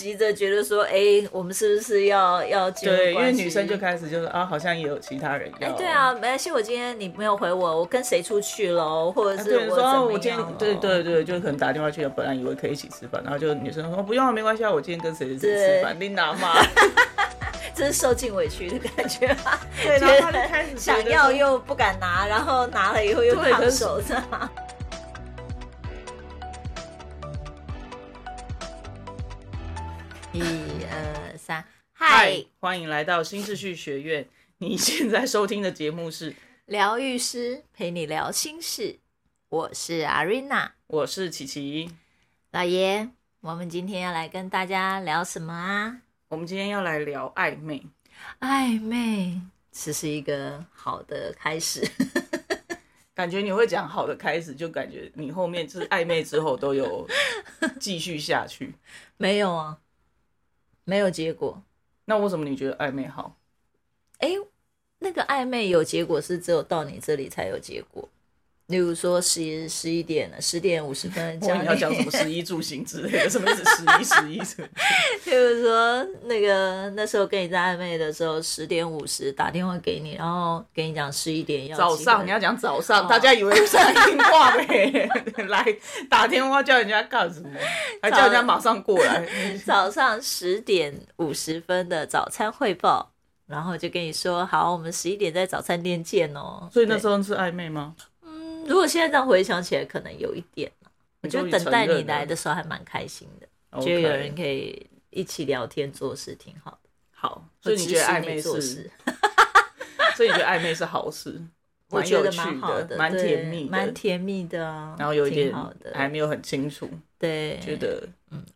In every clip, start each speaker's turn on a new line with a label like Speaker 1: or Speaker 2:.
Speaker 1: 急着觉得说，哎、我们是不是要要进入
Speaker 2: 对，因为
Speaker 1: 关系
Speaker 2: 女生就开始就是啊，好像也有其他人
Speaker 1: 哎、
Speaker 2: 要。
Speaker 1: 对啊，没关系，我今天你没有回我，我跟谁出去喽，或者
Speaker 2: 啊。
Speaker 1: 是
Speaker 2: 对，
Speaker 1: 我
Speaker 2: 说
Speaker 1: 怎么
Speaker 2: 啊
Speaker 1: 样、
Speaker 2: 我今天对，对对，就是可能打电话去，本来以为可以一起吃饭，然后就女生说不用啊，没关系啊，我今天跟谁谁谁
Speaker 1: 对
Speaker 2: 吃饭，你拿嘛。
Speaker 1: 这是受尽委屈的感 觉吧？
Speaker 2: 对，然后他就开始觉得
Speaker 1: 想
Speaker 2: 说
Speaker 1: 要又不敢拿，然后拿了以后又
Speaker 2: 对可
Speaker 1: 烫
Speaker 2: 是
Speaker 1: 手，是吗？ 一二三，嗨
Speaker 2: 嗨，，欢迎来到新秩序学院。你现在收听的节目是，
Speaker 1: 疗愈师陪你聊心事，我是阿瑞娜
Speaker 2: 我是琪琪。
Speaker 1: 老爷。我们今天要来跟大家聊什么啊？
Speaker 2: 我们今天要来聊暧昧，
Speaker 1: 暧昧，这是一个好的开始。
Speaker 2: 感觉你会讲好的开始，就感觉你后面就是暧昧之后都有继续下去。
Speaker 1: 没有啊，没有结果。
Speaker 2: 那为什么你觉得暧昧好？
Speaker 1: 哎，那个暧昧有结果是只有到你这里才有结果。例如说十十一点了，十点五十分
Speaker 2: 我以为
Speaker 1: 讲
Speaker 2: 你
Speaker 1: 你
Speaker 2: 要讲 什么十一住行之类的，什么意思？十一十一什么？
Speaker 1: 譬如说，那个那时候跟你在暧昧的时候，十点五十打电话给你，然后跟你讲十一点要
Speaker 2: 早
Speaker 1: 集
Speaker 2: 上
Speaker 1: 合
Speaker 2: 你要讲早
Speaker 1: 哦
Speaker 2: 上，大家以为是来听话呗， 来打电话叫人家干什么？还叫人家马上过 来。
Speaker 1: 早上十点五十分的早餐汇报，然后就跟你说好，我们十一点在早餐店见哦。
Speaker 2: 所以那时
Speaker 1: 候，
Speaker 2: 候是暧昧吗？
Speaker 1: 嗯如果现在这样回想起来，可能有一点啦我觉得等待你来的时候还蛮开心的，
Speaker 2: OK，
Speaker 1: 觉得有人可以一起聊天做事，挺好的。
Speaker 2: 好，所以你觉得
Speaker 1: 或指使
Speaker 2: 暧昧
Speaker 1: 做
Speaker 2: 是
Speaker 1: 事？，
Speaker 2: 所以你觉得暧昧是好事，
Speaker 1: 我
Speaker 2: 蛮
Speaker 1: 觉
Speaker 2: 有
Speaker 1: 得
Speaker 2: 趣
Speaker 1: 蛮好的，
Speaker 2: 蛮
Speaker 1: 对
Speaker 2: 甜蜜的，
Speaker 1: 蛮甜蜜的啊。
Speaker 2: 然后有一点
Speaker 1: 挺好的，
Speaker 2: 还没有很清楚，
Speaker 1: 对，
Speaker 2: 觉得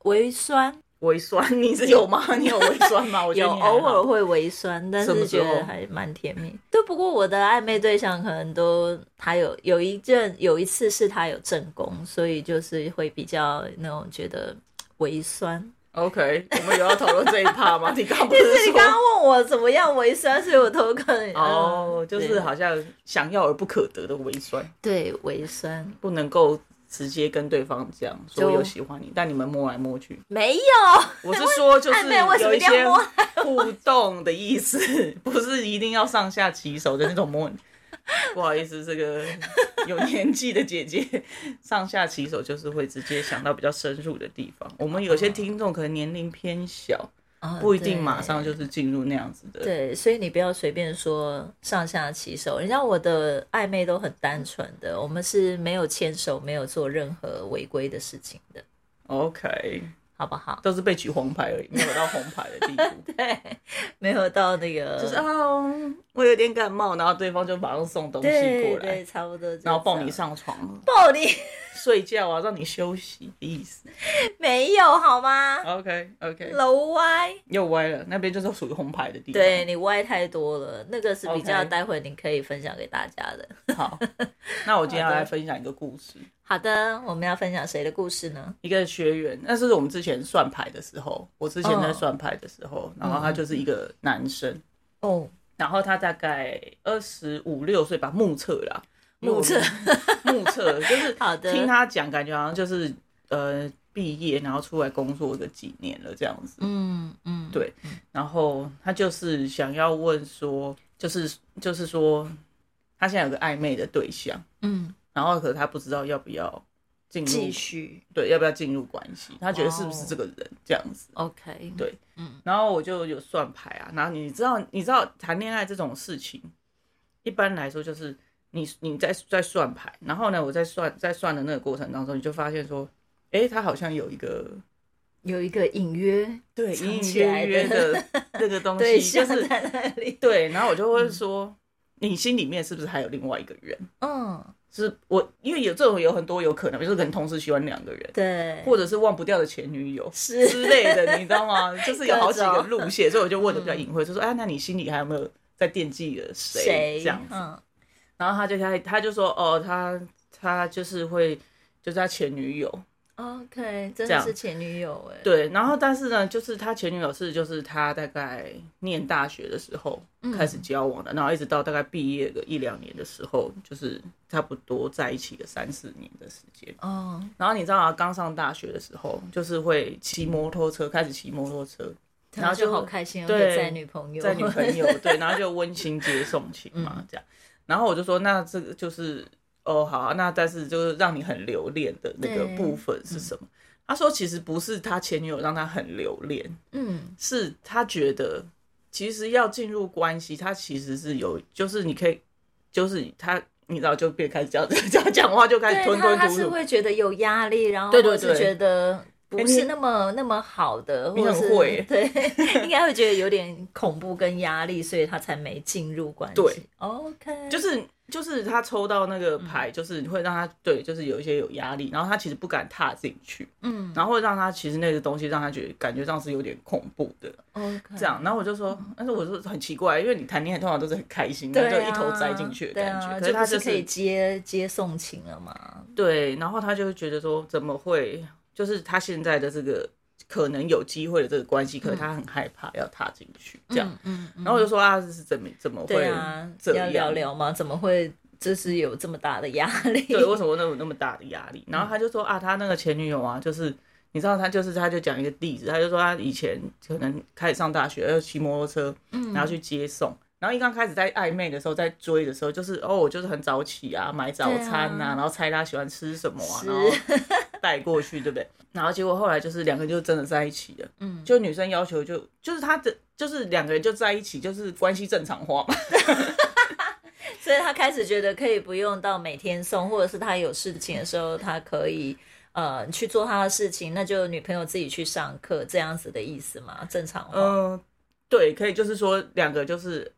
Speaker 1: 微酸，
Speaker 2: 微酸，你是有吗？你有微酸吗？我觉
Speaker 1: 有
Speaker 2: 得你还好
Speaker 1: 偶尔会微酸，但
Speaker 2: 什么
Speaker 1: 是
Speaker 2: 时
Speaker 1: 觉
Speaker 2: 候
Speaker 1: 得还蛮甜蜜。对，不过我的暧昧对象可能都他有有一阵有一次是他有正宫，所以就是会比较那种觉得微 酸。
Speaker 2: OK，我们有要讨论这一趴吗？你刚不
Speaker 1: 但是
Speaker 2: 是
Speaker 1: 你刚刚
Speaker 2: 说？
Speaker 1: 问我怎么样微酸，所以我头可能呃
Speaker 2: 哦，就是
Speaker 1: 啊对
Speaker 2: 好像想要而不可得的微酸，
Speaker 1: 对微酸
Speaker 2: 不能够直接跟对方讲说
Speaker 1: 就
Speaker 2: 有喜欢你，但你们摸来摸去。
Speaker 1: 没有，
Speaker 2: 我是说，就是
Speaker 1: 暧昧为什
Speaker 2: 有
Speaker 1: 么
Speaker 2: 一
Speaker 1: 一定要
Speaker 2: 些
Speaker 1: 摸
Speaker 2: 互动的意思，不是一定要上下其手的那种摸。不好意思，这个 有年纪的姐姐上下其手就是会直接想到比较深入的地方。我们有些听众可能年龄偏小，
Speaker 1: 哦
Speaker 2: 不一定马
Speaker 1: 对
Speaker 2: 上就是进入那样子的。
Speaker 1: 对，所以你不要随便说上下其手。人家我的暧昧都很单纯的，我们是没有牵手，没有做任何违规的事情的，
Speaker 2: OK，
Speaker 1: 好不好？
Speaker 2: 都是被举红牌而已，没有到红牌的地步。
Speaker 1: 对，没有到那个，
Speaker 2: 就是啊，我有点感冒，然后对方就马上送东西
Speaker 1: 对
Speaker 2: 过来
Speaker 1: 对，，啊差不多就这样。
Speaker 2: 然后抱你上床
Speaker 1: 抱你
Speaker 2: 睡觉啊，让你休息的意思。
Speaker 1: 没有好吗？
Speaker 2: OK OK，
Speaker 1: 楼歪，
Speaker 2: 又歪了，那边就是属于红牌的地方。
Speaker 1: 对，你歪太多了，那个是比较
Speaker 2: OK
Speaker 1: 待会你可以分享给大家的。
Speaker 2: 好，那我今天要
Speaker 1: 好的
Speaker 2: 来分享一个故事，
Speaker 1: 好的，我们要分享谁的故事呢？
Speaker 2: 一个学员，那是我们之前算牌的时候，我之前在
Speaker 1: 哦
Speaker 2: 算牌的时候，然后他就是一个男生，
Speaker 1: 哦，
Speaker 2: 然后他大概二十五六岁吧，目测啦，
Speaker 1: 目测
Speaker 2: 目测 就是
Speaker 1: 好的
Speaker 2: 听他讲，感觉好像就是呃毕业然后出来工作个几年了这样子，
Speaker 1: 嗯嗯，
Speaker 2: 对然后他就是想要问说，就是就是说他现在有个暧昧的对象，
Speaker 1: 嗯，
Speaker 2: 然后可是他不知道要不要进入
Speaker 1: 继，续哦
Speaker 2: 对，要不要进入关系，他觉得是不是这个人这样子。
Speaker 1: ，OK，
Speaker 2: 对然后我就有算牌啊，然后你知道，你知道谈恋爱这种事情，一般来说就是你你在在算牌，然后呢，我在算在算的那个过程当中，你就发现说，诶，他好像有一个
Speaker 1: 有一个隐约
Speaker 2: 对
Speaker 1: 藏
Speaker 2: 隐隐
Speaker 1: 起来
Speaker 2: 约
Speaker 1: 的
Speaker 2: 约的 那个东
Speaker 1: 对
Speaker 2: 西，就
Speaker 1: 象
Speaker 2: 是
Speaker 1: 在嗯那里。
Speaker 2: 对，然后我就会说，你心里面是不是还有另外一个人？
Speaker 1: 嗯，
Speaker 2: 是我因为有这种有很多有可能，就是可能同时喜欢两个人，
Speaker 1: 对，
Speaker 2: 或者是忘不掉的前女友
Speaker 1: 是
Speaker 2: 之类的，你知 道吗？就是有好几
Speaker 1: 各
Speaker 2: 个
Speaker 1: 种嗯
Speaker 2: 路线，所以我就问的比较隐晦，就说：“哎，那你心里还有没有在惦记着谁？”这样子，
Speaker 1: 嗯，
Speaker 2: 然后他就开，他就说：“哦，他他就是会，就是他前女友。”
Speaker 1: OK，真
Speaker 2: 这
Speaker 1: 的
Speaker 2: 样
Speaker 1: 是前女友哎、，
Speaker 2: 对，然后但是呢，就是他前女友是就是他大概念大学的时候
Speaker 1: 嗯
Speaker 2: 开始交往的，然后一直到大概毕业个一两年的时候，就是差不多在一起个三四年的时间。
Speaker 1: 哦，
Speaker 2: 然后你知道啊，刚上大学的时候，就是会骑摩托车，开始骑摩托车，
Speaker 1: 然
Speaker 2: 然后
Speaker 1: 后
Speaker 2: 就
Speaker 1: 就好开心哦，可
Speaker 2: 对
Speaker 1: 以载女朋友，嗯
Speaker 2: 在女朋 友对，然后就温馨接送情嘛，这样。然后我就说，那这个就是哦，好、啊，那但是就是让你很留恋的那个
Speaker 1: 对
Speaker 2: 部分是什么？他说，其实不是他前女友让他很留恋，
Speaker 1: 嗯
Speaker 2: 是他觉得其实要进入关系，他其实是有，就是你可以，就是他。你知道，就变开始讲 讲讲话，就开
Speaker 1: 对
Speaker 2: 始吞
Speaker 1: 他
Speaker 2: 吞
Speaker 1: 他
Speaker 2: 吐
Speaker 1: 是
Speaker 2: 吐。
Speaker 1: 会觉得有压力，然后
Speaker 2: 对对
Speaker 1: 或是
Speaker 2: 对
Speaker 1: 觉得
Speaker 2: 哎
Speaker 1: 不
Speaker 2: 你
Speaker 1: 是那么那么好的，
Speaker 2: 你
Speaker 1: 或者
Speaker 2: 很
Speaker 1: 是
Speaker 2: 会欸耶
Speaker 1: 对， 应该会觉得有点恐怖跟压力，所以他才没进入关系。
Speaker 2: 对
Speaker 1: ，OK，
Speaker 2: 就是就是他抽到那个牌，
Speaker 1: 嗯
Speaker 2: 就是会让他对，就是有一些有压力，然后他其实不敢踏进去，
Speaker 1: 嗯
Speaker 2: 然后会让他其实那个东西让他觉得感觉上是有点恐怖的
Speaker 1: ，OK，
Speaker 2: 这样。然后我就说，但是我说很奇怪，因为你谈恋爱通常都是很开心，
Speaker 1: 嗯对
Speaker 2: 然
Speaker 1: 啊
Speaker 2: 后就一头栽进去的感
Speaker 1: 对
Speaker 2: 觉，
Speaker 1: 啊、
Speaker 2: 可是他
Speaker 1: 就不
Speaker 2: 就是
Speaker 1: 可以接接送情了嘛？
Speaker 2: 对，然后他就会觉得说，怎么会？就是他现在的这个可能有机会的这个关系，可是他很害怕要踏进去这样。
Speaker 1: 嗯，嗯嗯
Speaker 2: 然后我就说啊，这是怎么怎么会
Speaker 1: 对啊，
Speaker 2: 这
Speaker 1: 要
Speaker 2: 样？
Speaker 1: 聊聊嘛，怎么会就是有这么大的压力？
Speaker 2: 对，为什么那有那么大的压力？然后他就说啊，他那个前女友啊，就是你知道他就是他就讲一个例子，他就说他以前可能开始上大学，要骑摩托车，
Speaker 1: 嗯
Speaker 2: 然后去接送。然后一刚开始在暧昧的时候，在追的时候，就是哦，我就是很早起啊，买早餐
Speaker 1: 对
Speaker 2: 呐、
Speaker 1: 啊
Speaker 2: 然后猜他喜欢吃什么啊，
Speaker 1: 是
Speaker 2: 然后带过去，对不对？然后结果后来就是两个就真的在一起了，
Speaker 1: 嗯
Speaker 2: 就女生要求就就是他的就是两个人就在一起，就是关系正常化嘛，
Speaker 1: 所以他开始觉得可以不用到每天送，或者是他有事情的时候，他可以呃去做他的事情，那就女朋友自己去上课这样子的意思嘛，正常化。
Speaker 2: 嗯，对，可以，就是说两个就是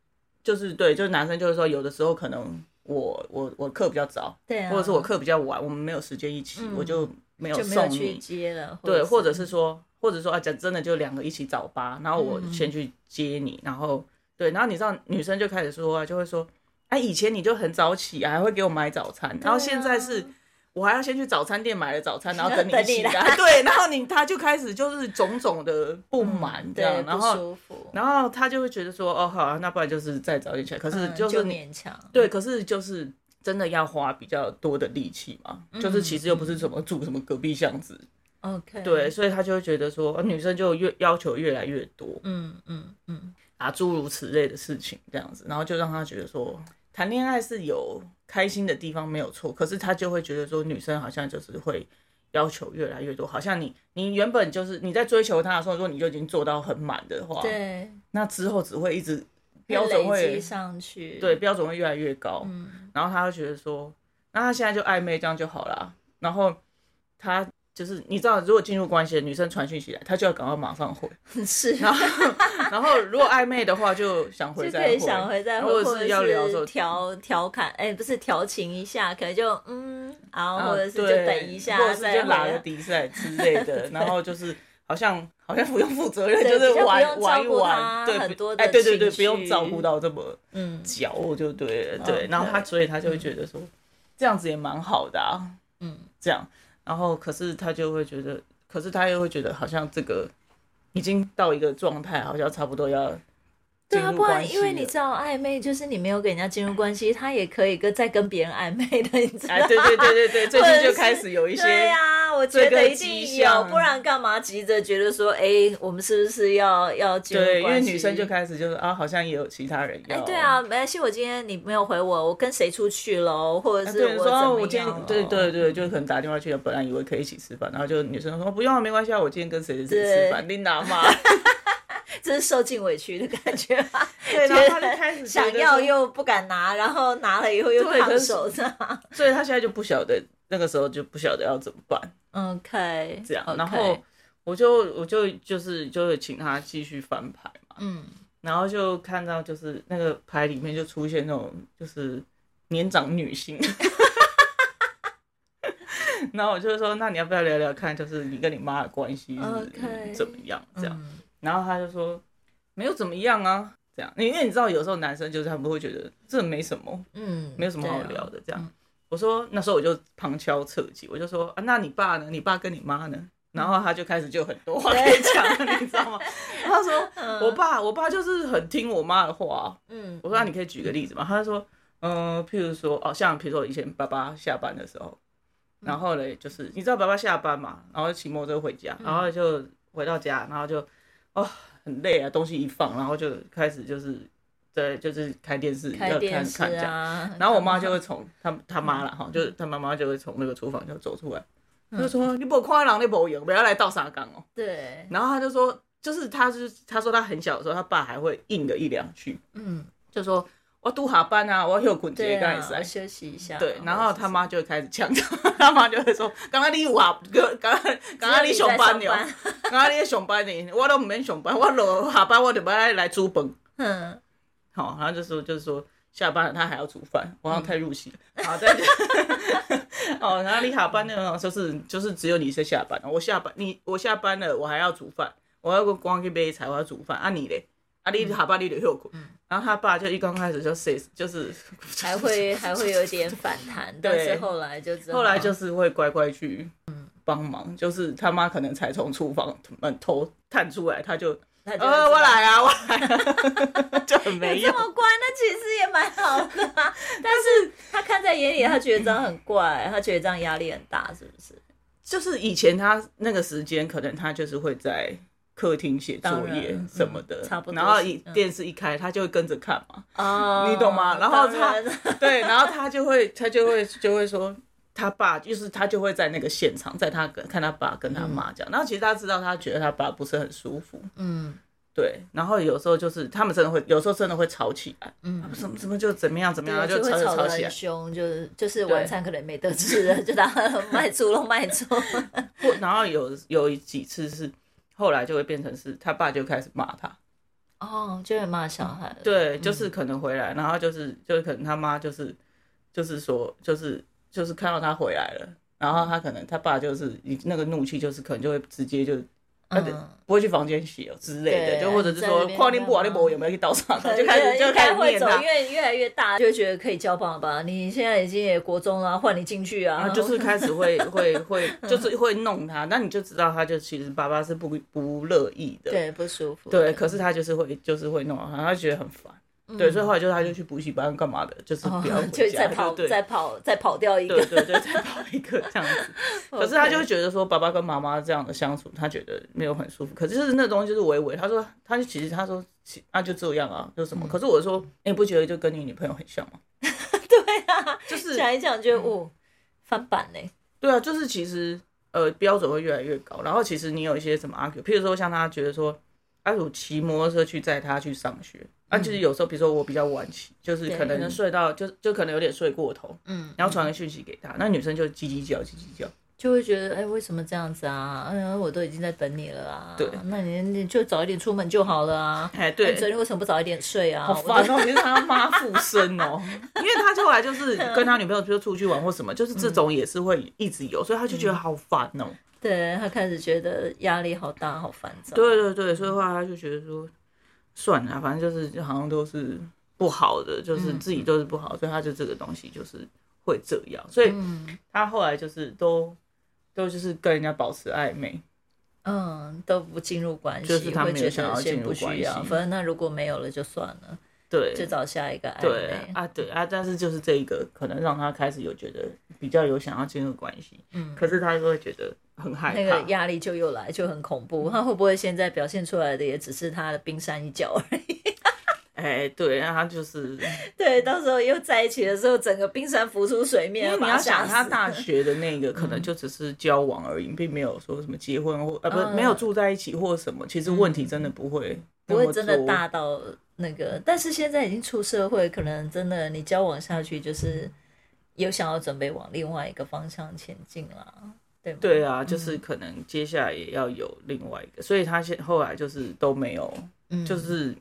Speaker 2: 就是对，就是男生就是说，有的时候可能我我我课比较早，
Speaker 1: 对啊，
Speaker 2: 或者是我课比较晚，我们没有时间一起，
Speaker 1: 嗯
Speaker 2: 我就没有
Speaker 1: 就没有
Speaker 2: 送
Speaker 1: 去
Speaker 2: 你。
Speaker 1: 接了，
Speaker 2: 对，或者是说，或者说啊，讲真的，就两个一起早八，然后我
Speaker 1: 嗯
Speaker 2: 先去接你，然后对，然后你知道女生就开始说啊，就会说，哎、以前你就很早起啊，还会给我买早餐，然后现在是。我还要先去早餐店买了早餐，然后等你一起
Speaker 1: 啊 等你
Speaker 2: 来。对，然后你他就开始就是种种的不满这
Speaker 1: 嗯
Speaker 2: 样，
Speaker 1: 对
Speaker 2: 然
Speaker 1: 不
Speaker 2: 后
Speaker 1: 舒服，
Speaker 2: 然后他就会觉得说，哦，好、啊，那不然就是再早点起来。可是
Speaker 1: 嗯
Speaker 2: 就是你、
Speaker 1: 勉强，
Speaker 2: 对，可是就是真的要花比较多的力气嘛，
Speaker 1: 嗯
Speaker 2: 就是其实又不是什么住什么隔壁巷子，
Speaker 1: ，OK，
Speaker 2: 对，，所以他就会觉得说，呃女生就越要求越来越多
Speaker 1: 嗯嗯嗯，
Speaker 2: 啊，诸如此类的事情这样子，然后就让他觉得说，谈恋爱是有开心的地方没有错，可是他就会觉得说，女生好像就是会。要求越来越多，好像你你原本就是你在追求他的时候，如果你就已经做到很满的话，
Speaker 1: 对，
Speaker 2: 那之后只会一直标准
Speaker 1: 累
Speaker 2: 会
Speaker 1: 积上去，
Speaker 2: 对，标准会越来越高，
Speaker 1: 嗯
Speaker 2: 然后他会觉得说，那他现在就暧昧这样就好啦。然后他就是你知道，如果进入关系的女生传讯息来，他就要赶快马上回，
Speaker 1: 是，
Speaker 2: 然 后然后如果暧昧的话就想回啊
Speaker 1: 就
Speaker 2: 再
Speaker 1: 可以想
Speaker 2: 回，
Speaker 1: 回再回，
Speaker 2: 或
Speaker 1: 或
Speaker 2: 者是要聊的时候
Speaker 1: 是调调侃，哎、不是调情一下，可能就嗯，然后
Speaker 2: 嗯
Speaker 1: 或者是就
Speaker 2: 对
Speaker 1: 等一下
Speaker 2: 或者是
Speaker 1: 再
Speaker 2: 就拉个
Speaker 1: 回。啊
Speaker 2: 迪赛之类 的，然后就是好像。好像不用负责任，
Speaker 1: 对
Speaker 2: 就是
Speaker 1: 比较不
Speaker 2: 玩
Speaker 1: 用
Speaker 2: 玩一
Speaker 1: 照顾
Speaker 2: 玩，
Speaker 1: 他
Speaker 2: 对，
Speaker 1: 很
Speaker 2: 不
Speaker 1: 多的
Speaker 2: 哎，对对对，
Speaker 1: 情
Speaker 2: 不用照顾
Speaker 1: 绪
Speaker 2: 到这么
Speaker 1: 嗯
Speaker 2: 角落就对了，对
Speaker 1: OK
Speaker 2: 然后他所以他就会觉得说，这样子也蛮好的啊，
Speaker 1: 嗯，
Speaker 2: 这样，然后可是他就会觉得，可是他又会觉得好像这个已经到一个状态，好像差不 多要
Speaker 1: 对
Speaker 2: 进
Speaker 1: 啊，
Speaker 2: 入
Speaker 1: 不然
Speaker 2: 关系
Speaker 1: 因
Speaker 2: 了。
Speaker 1: 为你知道暧昧，就是你没有给人家进入关系，他也可以跟再跟别人暧昧的，你知道
Speaker 2: 哎，
Speaker 1: 吗？
Speaker 2: 对对对对对，最
Speaker 1: 或者
Speaker 2: 近
Speaker 1: 是
Speaker 2: 就开始有一
Speaker 1: 对
Speaker 2: 些，
Speaker 1: 呀、我觉得
Speaker 2: 这个
Speaker 1: 一定
Speaker 2: 迹
Speaker 1: 有，
Speaker 2: 象
Speaker 1: 不然干嘛急着觉得说，哎、我们是不是要要进入
Speaker 2: 对，因
Speaker 1: 关
Speaker 2: 为
Speaker 1: 系？
Speaker 2: 女生就开始就是啊，好像也有其他人要，
Speaker 1: 哎、对，啊，没关系，我今天你没有回我，我跟谁出去喽，或者是
Speaker 2: 对，
Speaker 1: 我
Speaker 2: 说
Speaker 1: 怎
Speaker 2: 啊
Speaker 1: 么
Speaker 2: 我今
Speaker 1: 样
Speaker 2: 天
Speaker 1: 咯
Speaker 2: 对对对，就可能打电话去，本来以为可以一起吃饭，然后就女生说不用啊，没关系啊，我今天跟谁谁谁
Speaker 1: 对
Speaker 2: 吃饭，琳达 嘛，
Speaker 1: 这是受尽委屈的感觉吧，
Speaker 2: 对，然后他就开始觉
Speaker 1: 想
Speaker 2: 得说
Speaker 1: 要又不敢拿，然后拿了以后又
Speaker 2: 对可
Speaker 1: 烫
Speaker 2: 是
Speaker 1: 手这样。
Speaker 2: 所以他现在就不晓得，那个时候就不晓得要怎么办，
Speaker 1: OK，
Speaker 2: 这样。
Speaker 1: OK
Speaker 2: 然后我就我就就是就是请他继续翻牌嘛，
Speaker 1: 嗯，
Speaker 2: 然后就看到就是那个牌里面就出现那种就是年长女性，然后我就说那你要不要聊聊看，就是你跟你妈的关系是
Speaker 1: OK
Speaker 2: 怎么样这样？
Speaker 1: 嗯
Speaker 2: 然后他就说没有怎么样啊，这样，因为你知道有时候男生就是他们会觉得这没什么，
Speaker 1: 嗯，
Speaker 2: 没有什么好
Speaker 1: 对啊
Speaker 2: 聊的这样。
Speaker 1: 嗯
Speaker 2: 我说那时候我就旁敲侧击，我就说啊，那你爸呢？你爸跟你妈
Speaker 1: 嗯
Speaker 2: 呢？然后他就开始就很多话可以讲，你 知道吗？然后他说、
Speaker 1: 啊
Speaker 2: 我爸，我爸就是很听我妈的话。
Speaker 1: 嗯，
Speaker 2: 我说那你可以举个例子嘛？他就说，嗯、譬如说哦，像比如说以前爸爸下班的时候，
Speaker 1: 嗯
Speaker 2: 然后嘞，就是你知道爸爸下班嘛，然后骑摩托车回
Speaker 1: 嗯
Speaker 2: 家，然后就回到家，然后就哦很累啊，东西一放，然后就开始就是对，就是开电视
Speaker 1: 开
Speaker 2: 要
Speaker 1: 电
Speaker 2: 看
Speaker 1: 视
Speaker 2: 看这样。
Speaker 1: 啊，
Speaker 2: 然后我妈就会从她她妈啦哈，就是
Speaker 1: 嗯
Speaker 2: 她妈妈就会从那个厨房就走出来，她就说：“你不看人，你不赢，不要来倒沙缸哦。
Speaker 1: 嗯对”，
Speaker 2: 然后她就说，就是她就是她说她很小的时候，她爸还会硬个一两句，
Speaker 1: 嗯，
Speaker 2: 就说：“我读下班啊，我休困
Speaker 1: 对
Speaker 2: 节干
Speaker 1: 啊，
Speaker 2: 啥
Speaker 1: 我？”休息一下。哦
Speaker 2: 对，然后他
Speaker 1: 们
Speaker 2: 妈就会开始呛他，他妈就会说：“刚刚你有啊，刚刚刚刚你上班
Speaker 1: 只有你在
Speaker 2: 了，刚刚你在上班呢，我都唔免上班，我落下班我就要来煮饭。”
Speaker 1: 嗯，
Speaker 2: 好，然后就说就是说下班了他还要煮饭，我
Speaker 1: 嗯
Speaker 2: 好像太入戏了。好，再见 哦，然后你下班了，就是就是只有你是下班，我下班你我下班了，我还要煮饭，我要光去买菜，我要煮饭啊你嘞。啊，
Speaker 1: 嗯
Speaker 2: 你下班你就休困，然后他爸就一刚开始就 say 就是，
Speaker 1: 还 会还会有点反弹，但
Speaker 2: 对
Speaker 1: 是后来就嗯知道
Speaker 2: 后来就是会乖乖去帮忙，就是他妈可能才从厨房门头探出来，他就
Speaker 1: 他就
Speaker 2: 呃我
Speaker 1: 来。
Speaker 2: 来啊我来 啊，就很没
Speaker 1: 这
Speaker 2: 用。
Speaker 1: 么乖，那其实也蛮好的啊、 但是他看在眼里，他觉得这样很怪，他觉得这样压力很大，是不是？
Speaker 2: 就是以前他那个时间，可能他就是会在客厅写作业
Speaker 1: 当然
Speaker 2: 什么的，
Speaker 1: 嗯差不多
Speaker 2: 然后一
Speaker 1: 嗯
Speaker 2: 电视一开，他就会跟着看嘛。
Speaker 1: 哦
Speaker 2: 你懂吗然后他
Speaker 1: 当然
Speaker 2: 对，然后他就会，他就会，就会说。他爸就是他，就会在那个现场，在他跟看他爸跟他妈讲。然后其实他知道，他觉得他爸不是很舒服，
Speaker 1: 嗯
Speaker 2: 对。然后有时候就是他们真的会，有时候真的会吵起来，啊
Speaker 1: 嗯，
Speaker 2: 怎么怎么就怎么样怎么样，
Speaker 1: 对
Speaker 2: 嗯就
Speaker 1: 就
Speaker 2: 吵
Speaker 1: 会
Speaker 2: 就
Speaker 1: 吵
Speaker 2: 吵
Speaker 1: 得
Speaker 2: 起
Speaker 1: 很
Speaker 2: 来。
Speaker 1: 凶，就是就是晚餐可能没得吃了，就当卖猪肉卖猪。
Speaker 2: 或然后有有几次是后来就会变成是他爸就开始骂他，
Speaker 1: 哦，就会骂小孩。，
Speaker 2: 对，就是可能回来，然后就是就是可能他妈就是就是说就是就是看到他回来了，然后他可能他爸就是一那个怒气就是可能就会直接就。他就
Speaker 1: 嗯
Speaker 2: 不会去房间洗哦之类的，
Speaker 1: 对
Speaker 2: 就或者是
Speaker 1: 在
Speaker 2: 说
Speaker 1: 那边
Speaker 2: 跨年不玩
Speaker 1: 干
Speaker 2: 那
Speaker 1: 嘛
Speaker 2: 波有没有去倒上，
Speaker 1: 可能
Speaker 2: 呃就开始就开始
Speaker 1: 会
Speaker 2: 念
Speaker 1: 走
Speaker 2: 他，
Speaker 1: 越越来越大，就会觉得可以交棒了吧？你现在已经也国中了啊，换你进去啊，
Speaker 2: 然后就是开始会会 会就是会弄他，那你就知道他就其实爸爸是不不乐意的，
Speaker 1: 对不舒服。
Speaker 2: 对，可是他就是会就是会弄啊他，他觉得很烦，对，所以后来就他就去补习班干嘛的，就是不要
Speaker 1: 嗯哦
Speaker 2: 回
Speaker 1: 就
Speaker 2: 家，
Speaker 1: 再跑
Speaker 2: 对
Speaker 1: 再跑再跑掉一个
Speaker 2: 对，对对，再抱一个这样子。可是他就会觉得说，爸爸跟妈妈这样的相处，他觉得没有很舒服。可是就是那东西就是微微，他说，他就其实他说，其啊就这样啊，就什
Speaker 1: 嗯
Speaker 2: 么。可是我说，你、不觉得就跟你女朋友很像吗？
Speaker 1: 对啊，
Speaker 2: 就是
Speaker 1: 讲一讲就
Speaker 2: 嗯
Speaker 1: 哦翻版嘞，
Speaker 2: 对啊，就是其实呃标准会越来越高。然后其实你有一些什么 argue，譬如说像他觉得说，阿鲁骑摩托车去载他去上学。啊，就是有时候，比如说我比较晚起，就是可能
Speaker 1: 嗯对
Speaker 2: 睡到，就就可能有点睡过头，
Speaker 1: 嗯，
Speaker 2: 然后传个讯息给他，那女生就叽叽叫，叽叽叫，
Speaker 1: 就会觉得哎为什么这样子啊？哎呀，我都已经在等你了啊，
Speaker 2: 对
Speaker 1: 那你你就早一点出门就好了啊。
Speaker 2: 哎，对，
Speaker 1: 你昨天为什么不早一点睡啊？
Speaker 2: 好
Speaker 1: 我
Speaker 2: 烦
Speaker 1: 都
Speaker 2: 哦！你是他妈附身 哦，因为他后来就是
Speaker 1: 啊
Speaker 2: 跟他女朋友就出去玩或什么，就是这种
Speaker 1: 嗯
Speaker 2: 也是会一直有，所以他就觉得好烦哦。
Speaker 1: 对他开始觉得压力好大，好烦躁。
Speaker 2: 对对对，所以后来他就觉得说，算了，啊反正就是好像都是不好的，就是
Speaker 1: 嗯
Speaker 2: 自己都是不好，所以他就这个东西就是会这样，所以
Speaker 1: 嗯
Speaker 2: 他后来就是都都就是跟人家保持暧昧，
Speaker 1: 嗯，都不进入关系，
Speaker 2: 就是他
Speaker 1: 会
Speaker 2: 没
Speaker 1: 觉
Speaker 2: 有想要
Speaker 1: 得先
Speaker 2: 进入
Speaker 1: 不需要。
Speaker 2: 关系
Speaker 1: 反正那如果没有了就算了，
Speaker 2: 对
Speaker 1: 就找下一个暧
Speaker 2: 对
Speaker 1: 昧。
Speaker 2: 啊，对啊，但是就是这一个可能让他开始有觉得比较有想要进入关系，
Speaker 1: 嗯
Speaker 2: 可是他就会觉得很害怕，
Speaker 1: 那个压力就又来，就很恐
Speaker 2: 嗯
Speaker 1: 怖。他会不会现在表现出来的也只是他的冰山一角而已？
Speaker 2: 哎，对，那他就是，
Speaker 1: 对，到时候又在一起的时候，整个冰山浮出水面，
Speaker 2: 因为你
Speaker 1: 把
Speaker 2: 要
Speaker 1: 吓
Speaker 2: 想
Speaker 1: 死嗯
Speaker 2: 他大学的那个，可能就只是交往而已，并没有说什么结婚或呃，不是没有住在一起或什么，其实问题真的不会
Speaker 1: 嗯不
Speaker 2: 不
Speaker 1: 会真的大到那个。但是现在已经出社会，可能真的你交往下去，就是有想要准备往另外一个方向前进啦，对吗？
Speaker 2: 对啊，就是可能接下来也要有另外一个，所以他现后来就是都没有，
Speaker 1: 嗯
Speaker 2: 就是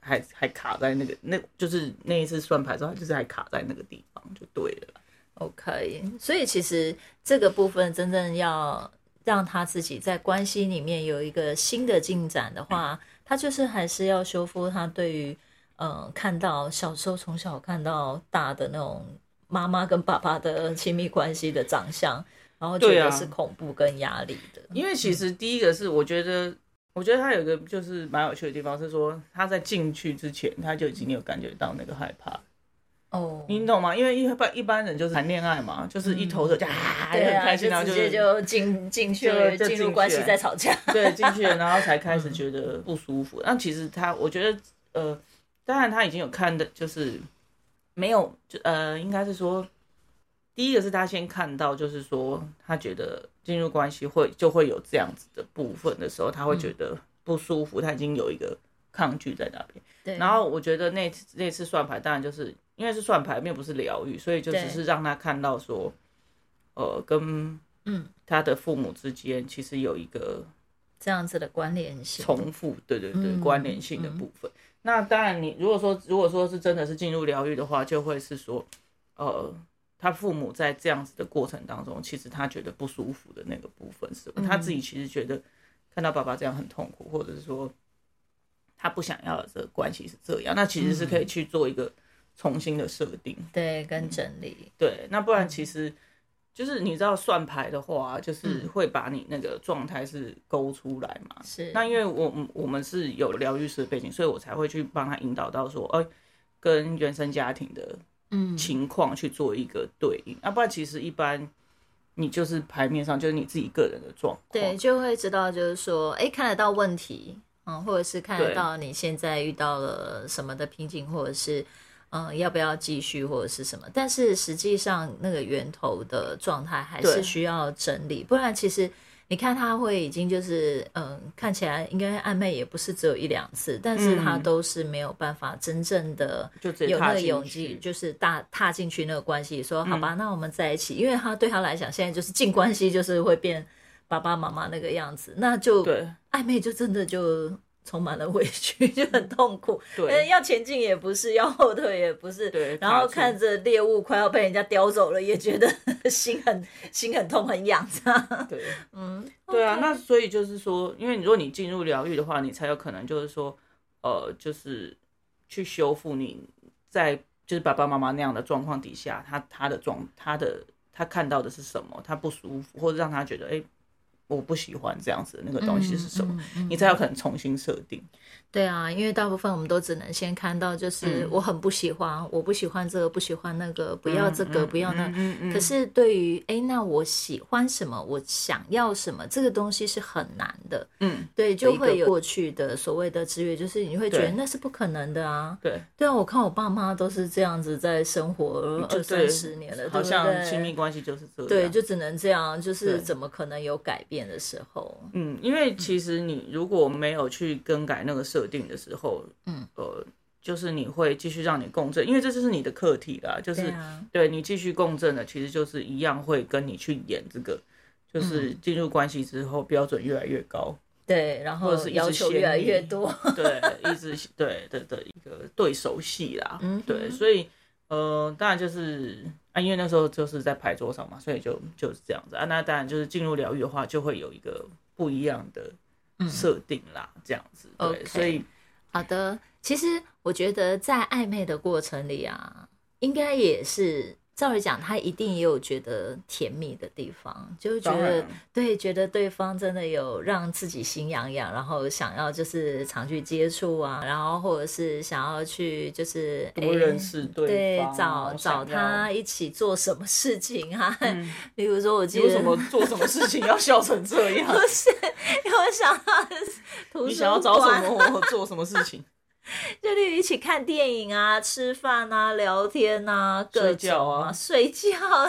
Speaker 2: 还还卡在那个那，就是那一次算牌之后，他就是还卡在那个地方就对了啦。
Speaker 1: OK，所以其实这个部分真正要让他自己在关系里面有一个新的进展的
Speaker 2: 嗯
Speaker 1: 话，他就是还是要修复他对于嗯、呃看到小时候从小看到大的那种妈妈跟爸爸的亲密关系的长相，然后觉
Speaker 2: 对
Speaker 1: 得
Speaker 2: 啊
Speaker 1: 是恐怖跟压力的。
Speaker 2: 因为其
Speaker 1: 嗯
Speaker 2: 实第一个是我觉得，我觉得他有一个就是蛮有趣的地方是说，他在进去之前他就已经有感觉到那个害怕，
Speaker 1: 哦，
Speaker 2: 你懂吗？因为一般一般人就是谈恋爱嘛，就是一头热就啊
Speaker 1: 对
Speaker 2: 很
Speaker 1: 啊，
Speaker 2: 开
Speaker 1: 就
Speaker 2: 心，然后
Speaker 1: 直
Speaker 2: 是
Speaker 1: 接就进进去了，
Speaker 2: 就就
Speaker 1: 进入
Speaker 2: 进
Speaker 1: 关
Speaker 2: 去
Speaker 1: 系
Speaker 2: 了
Speaker 1: 再吵架。
Speaker 2: 对进去了，然后才开
Speaker 1: 嗯
Speaker 2: 始觉得不舒服。那其实他，我觉得呃，当然他已经有看的，就是没有就呃，应该是说，第一个是他先看到，就是说他觉得进入关系会就会有这样子的部分的时候，他
Speaker 1: 嗯
Speaker 2: 会觉得不舒服，他已经有一个抗拒在那边。
Speaker 1: 对，
Speaker 2: 然后我觉得那次那次算牌，当然就是因为是算牌，并不是疗愈，所以就
Speaker 1: 对
Speaker 2: 只是让他看到说，呃，跟
Speaker 1: 嗯，
Speaker 2: 他的父母之间其实有一个
Speaker 1: 这样子的关联性，
Speaker 2: 重复，对对对，
Speaker 1: 嗯
Speaker 2: 关联性的
Speaker 1: 嗯
Speaker 2: 部分。那当然你，如果说如果说是真的是进入疗愈的话，就会是说，呃，他父母在这样子的过程当中，其实他觉得不舒服的那个部分是什么，
Speaker 1: 嗯
Speaker 2: 他自己其实觉得看到爸爸这样很痛苦，或者是说他不想要的这个关系是这样，那其实是可以
Speaker 1: 嗯
Speaker 2: 去做一个重新的设定。
Speaker 1: 对，跟整理，
Speaker 2: 对，那不然其
Speaker 1: 嗯
Speaker 2: 实就是你知道算牌的话，就是会把你那个状态是勾出来嘛。
Speaker 1: 是
Speaker 2: 那因为我们我们是有疗愈师的背景，所以我才会去帮他引导到说，哎、跟原生家庭的
Speaker 1: 嗯，
Speaker 2: 情况去做一个对应。啊要、不然其实一般你就是牌面上就是你自己个人的状况。
Speaker 1: 对，就会知道就是说，哎，看得到问题，嗯，或者是看得
Speaker 2: 对
Speaker 1: 到你现在遇到了什么的瓶颈，或者是嗯，要不要继续或者是什么。但是实际上那个源头的状态还是
Speaker 2: 对
Speaker 1: 需要整理，不然其实。你看他会已经就是嗯，看起来应该暧昧也不是只有一两次，但是他
Speaker 2: 嗯
Speaker 1: 都是没有办法真正的
Speaker 2: 就直接
Speaker 1: 有那
Speaker 2: 踏
Speaker 1: 个
Speaker 2: 进
Speaker 1: 勇
Speaker 2: 去嗯
Speaker 1: 气，就是大踏进去那个关系，说好吧，那我们在一起，因为他对他来讲，现在就是近关系就是会变爸爸妈妈那个样子，那就
Speaker 2: 对
Speaker 1: 暧昧就真的就充满了委屈， 就很痛苦。但是
Speaker 2: 嗯对
Speaker 1: 要前进也不是，要后退也不是，
Speaker 2: 对
Speaker 1: 呃然后
Speaker 2: 踏出
Speaker 1: 看着猎物快要被人家叼走了，也觉得 心很心很痛很痒，这样。
Speaker 2: 对
Speaker 1: 嗯，
Speaker 2: 对啊，
Speaker 1: OK
Speaker 2: 那所以就是说，因为如果你进入疗愈的话，你才有可能就是说，呃，就是去修复你在就是爸爸妈妈那样的状况底下，他他的状他的他看到的是什么，他不舒服，或者让他觉得哎、诶我不喜欢这样子的那个 东西是什么，
Speaker 1: 嗯嗯嗯
Speaker 2: 你才有可能重新设定。
Speaker 1: 对啊，因为大部分我们都只能先看到，就是
Speaker 2: 嗯
Speaker 1: 我很不喜欢，我不喜欢这个，不喜欢那个，不要这个，
Speaker 2: 嗯
Speaker 1: 不要那个
Speaker 2: 嗯嗯嗯
Speaker 1: 可是对于哎，诶那我喜欢什么，我想要什么，这个东西是很难的。
Speaker 2: 嗯，
Speaker 1: 对，就
Speaker 2: 一个
Speaker 1: 会有过去的所谓的制约，就是你会觉得
Speaker 2: 对
Speaker 1: 那是不可能的啊。
Speaker 2: 对，
Speaker 1: 对啊，我看我爸妈都是这样子在生活
Speaker 2: 就
Speaker 1: 二三十年了，
Speaker 2: 好
Speaker 1: 对不
Speaker 2: 像
Speaker 1: 对
Speaker 2: 亲密关系就是这样。
Speaker 1: 对，就只能这样，就是
Speaker 2: 对
Speaker 1: 怎么可能有改变的时候？
Speaker 2: 嗯，因为其实你如果没有去更改那个设定的时候，
Speaker 1: 嗯，
Speaker 2: 呃，就是你会继续让你共振，因为这就是你的课题啦，就是
Speaker 1: 对啊
Speaker 2: 对你继续共振的，其实就是一样会跟你去演这个，就是
Speaker 1: 嗯
Speaker 2: 进入关系之后标准越来越高，
Speaker 1: 对，然后
Speaker 2: 或者是一直
Speaker 1: 要求越来
Speaker 2: 嫌
Speaker 1: 越
Speaker 2: 你
Speaker 1: 多。
Speaker 2: 对，一直对的的一个对手戏啦，
Speaker 1: 嗯哼
Speaker 2: 对，所以呃，当然就是啊，因为那时候就是在牌桌上嘛，所以就就是这样子啊。那当然就是进入疗愈的话，就会有一个不一样的设定啦，这样子对
Speaker 1: 嗯 OK
Speaker 2: 所以
Speaker 1: 好的，其实我觉得在暧昧的过程里啊，应该也是照理讲，他一定也有觉得甜蜜的地方，就是觉
Speaker 2: 当
Speaker 1: 得
Speaker 2: 然
Speaker 1: 对，觉得对方真的有让自己心痒痒，然后想要就是常去接触啊，然后或者是想要去就是
Speaker 2: 多
Speaker 1: 诶
Speaker 2: 认识
Speaker 1: 对
Speaker 2: 方，啊哦
Speaker 1: 找找
Speaker 2: 想要嗯
Speaker 1: 他一起做什么事情啊？ 比如说，我记得
Speaker 2: 你为什么做什么事情要笑成这 样？
Speaker 1: 不是，因为 我想到的是图书馆，
Speaker 2: 你想要找什么，我做什么事情，
Speaker 1: 就例如一起看电影啊、吃饭啊、聊天啊、各
Speaker 2: 睡
Speaker 1: 种
Speaker 2: 觉
Speaker 1: 啊、
Speaker 2: 啊
Speaker 1: 睡觉，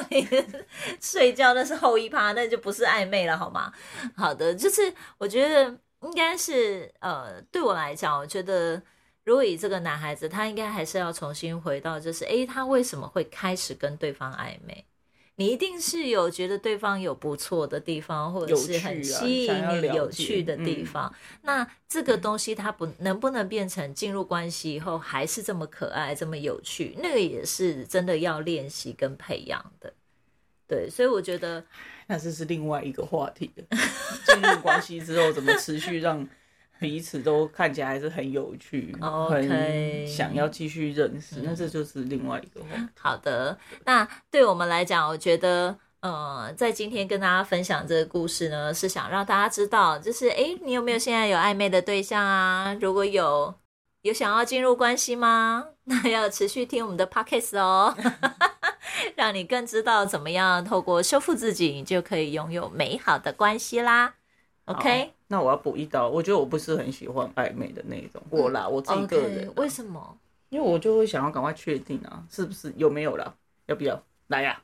Speaker 1: 你 睡觉那是后一趴，那就不是暧昧了，好吗？好的，就是我觉得应该是呃，对我来讲，我觉得如果以这个男孩子，他应该还是要重新回到，就是诶，他为什么会开始跟对方暧昧？你一定是有觉得对方有不错的地方，或者
Speaker 2: 有
Speaker 1: 是很
Speaker 2: 趣啊
Speaker 1: 吸
Speaker 2: 想
Speaker 1: 引
Speaker 2: 要
Speaker 1: 你
Speaker 2: 了
Speaker 1: 有
Speaker 2: 解
Speaker 1: 趣的地
Speaker 2: 嗯
Speaker 1: 方。那这个东西它不能不能变成进入关系以后还是这么可爱、这么有趣，那个也是真的要练习跟培养的。对，所以我觉得
Speaker 2: 那这是另外一个话题了。进入关系之后，怎么持续让彼此都看起来还是很有趣
Speaker 1: OK
Speaker 2: 很想要继续认识，那这就是另外一个话题。
Speaker 1: 好的，那对我们来讲，我觉得，呃，在今天跟大家分享这个故事呢，是想让大家知道，就是，诶，你有没有现在有暧昧的对象啊？如果有，有想要进入关系吗？ 那要持续听我们的 podcast 哦， 让你更知道怎么样透过修复自己，就可以拥有美好的关系啦。OK，
Speaker 2: 好那我要补一刀，我觉得我不是很喜欢暧昧的那一种，我啦，我自己个人
Speaker 1: o
Speaker 2: 啊
Speaker 1: k 为什么？
Speaker 2: 因为我就会想要赶快确定啊，是不是有没有啦，要不要来呀、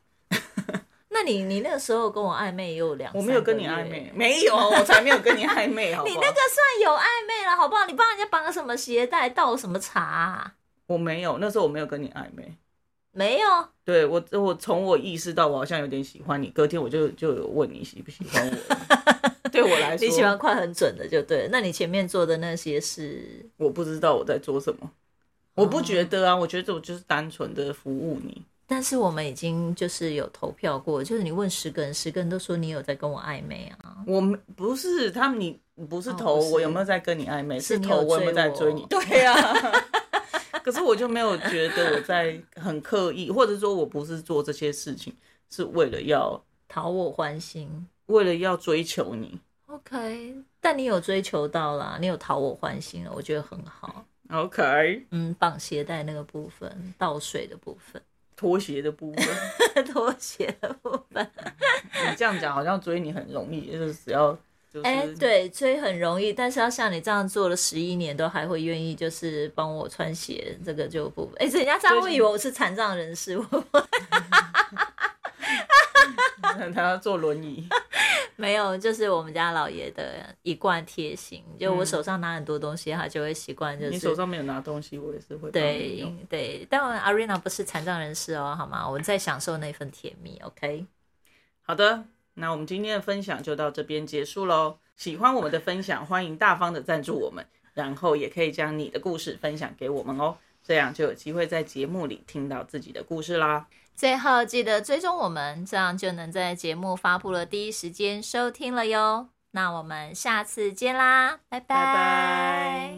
Speaker 1: 那你你那个时候跟我暧昧也有两，
Speaker 2: 我没有跟你
Speaker 1: 三个
Speaker 2: 暧
Speaker 1: 月
Speaker 2: 昧，没有，我才没有跟你暧昧，好不好？
Speaker 1: 你那个算有暧昧了，好不好？你帮人家绑个什么鞋带，倒什么茶啊、
Speaker 2: 我没有，那时候我没有跟你暧昧。
Speaker 1: 没有，
Speaker 2: 对我，我从我意识到我好像有点喜欢你，隔天我就就有问你喜不喜欢我。 对我来说，
Speaker 1: 你喜欢快很准的就对了。那你前面做的那些是
Speaker 2: 我不知道我在做什么，我不觉得啊，我觉得我就是单纯的服务你。
Speaker 1: 但是我们已经就是有投票过，就是你问十个人，十个人都说你有在跟我暧昧啊。
Speaker 2: 我没不是他们你，不是
Speaker 1: 哦
Speaker 2: 投
Speaker 1: 不是
Speaker 2: 我有没有在跟你暧昧，
Speaker 1: 是
Speaker 2: 是
Speaker 1: 你
Speaker 2: 投
Speaker 1: 有
Speaker 2: 我有没有
Speaker 1: 追
Speaker 2: 在
Speaker 1: 我啊
Speaker 2: 追你。对呀、 可是我就没有觉得我在很刻意，或者说我不是做这些事情是为了要
Speaker 1: 讨我欢心
Speaker 2: 为了要追求你。
Speaker 1: ，OK，但你有追求到啦，你有讨我欢心了，我觉得很好。
Speaker 2: OK，
Speaker 1: 嗯，绑鞋带那个部分，倒水的部分，
Speaker 2: 拖鞋的部分，
Speaker 1: 拖鞋的部分，
Speaker 2: 你这样讲好像追你很容易，就是只要就是、
Speaker 1: 哎、对，追很容易，但是要像你这样做了十一年，都还会愿意就是帮我穿鞋，这个就不哎，人家这样会以为我是残障人士，我
Speaker 2: 他要坐轮椅。
Speaker 1: 没有，就是我们家老爷的一贯贴心，就我手上拿很多东西，他就会习惯就
Speaker 2: 嗯你手
Speaker 1: 是。
Speaker 2: 上没有拿东西，我也是会帮你
Speaker 1: 对
Speaker 2: 用。
Speaker 1: 对，但阿瑞娜不是残障人士哦，好吗？我在享受那份甜蜜，OK？
Speaker 2: 好的，那我们今天的分享就到这边结束喽。喜欢我们的分享，欢迎大方的赞助我们，然后也可以将你的故事分享给我们哦，这样就有机会在节目里听到自己的故事啦。
Speaker 1: 最后记得追踪我们，这样就能在节目发布的第一时间收听了哟。那我们下次见啦，拜
Speaker 2: 拜拜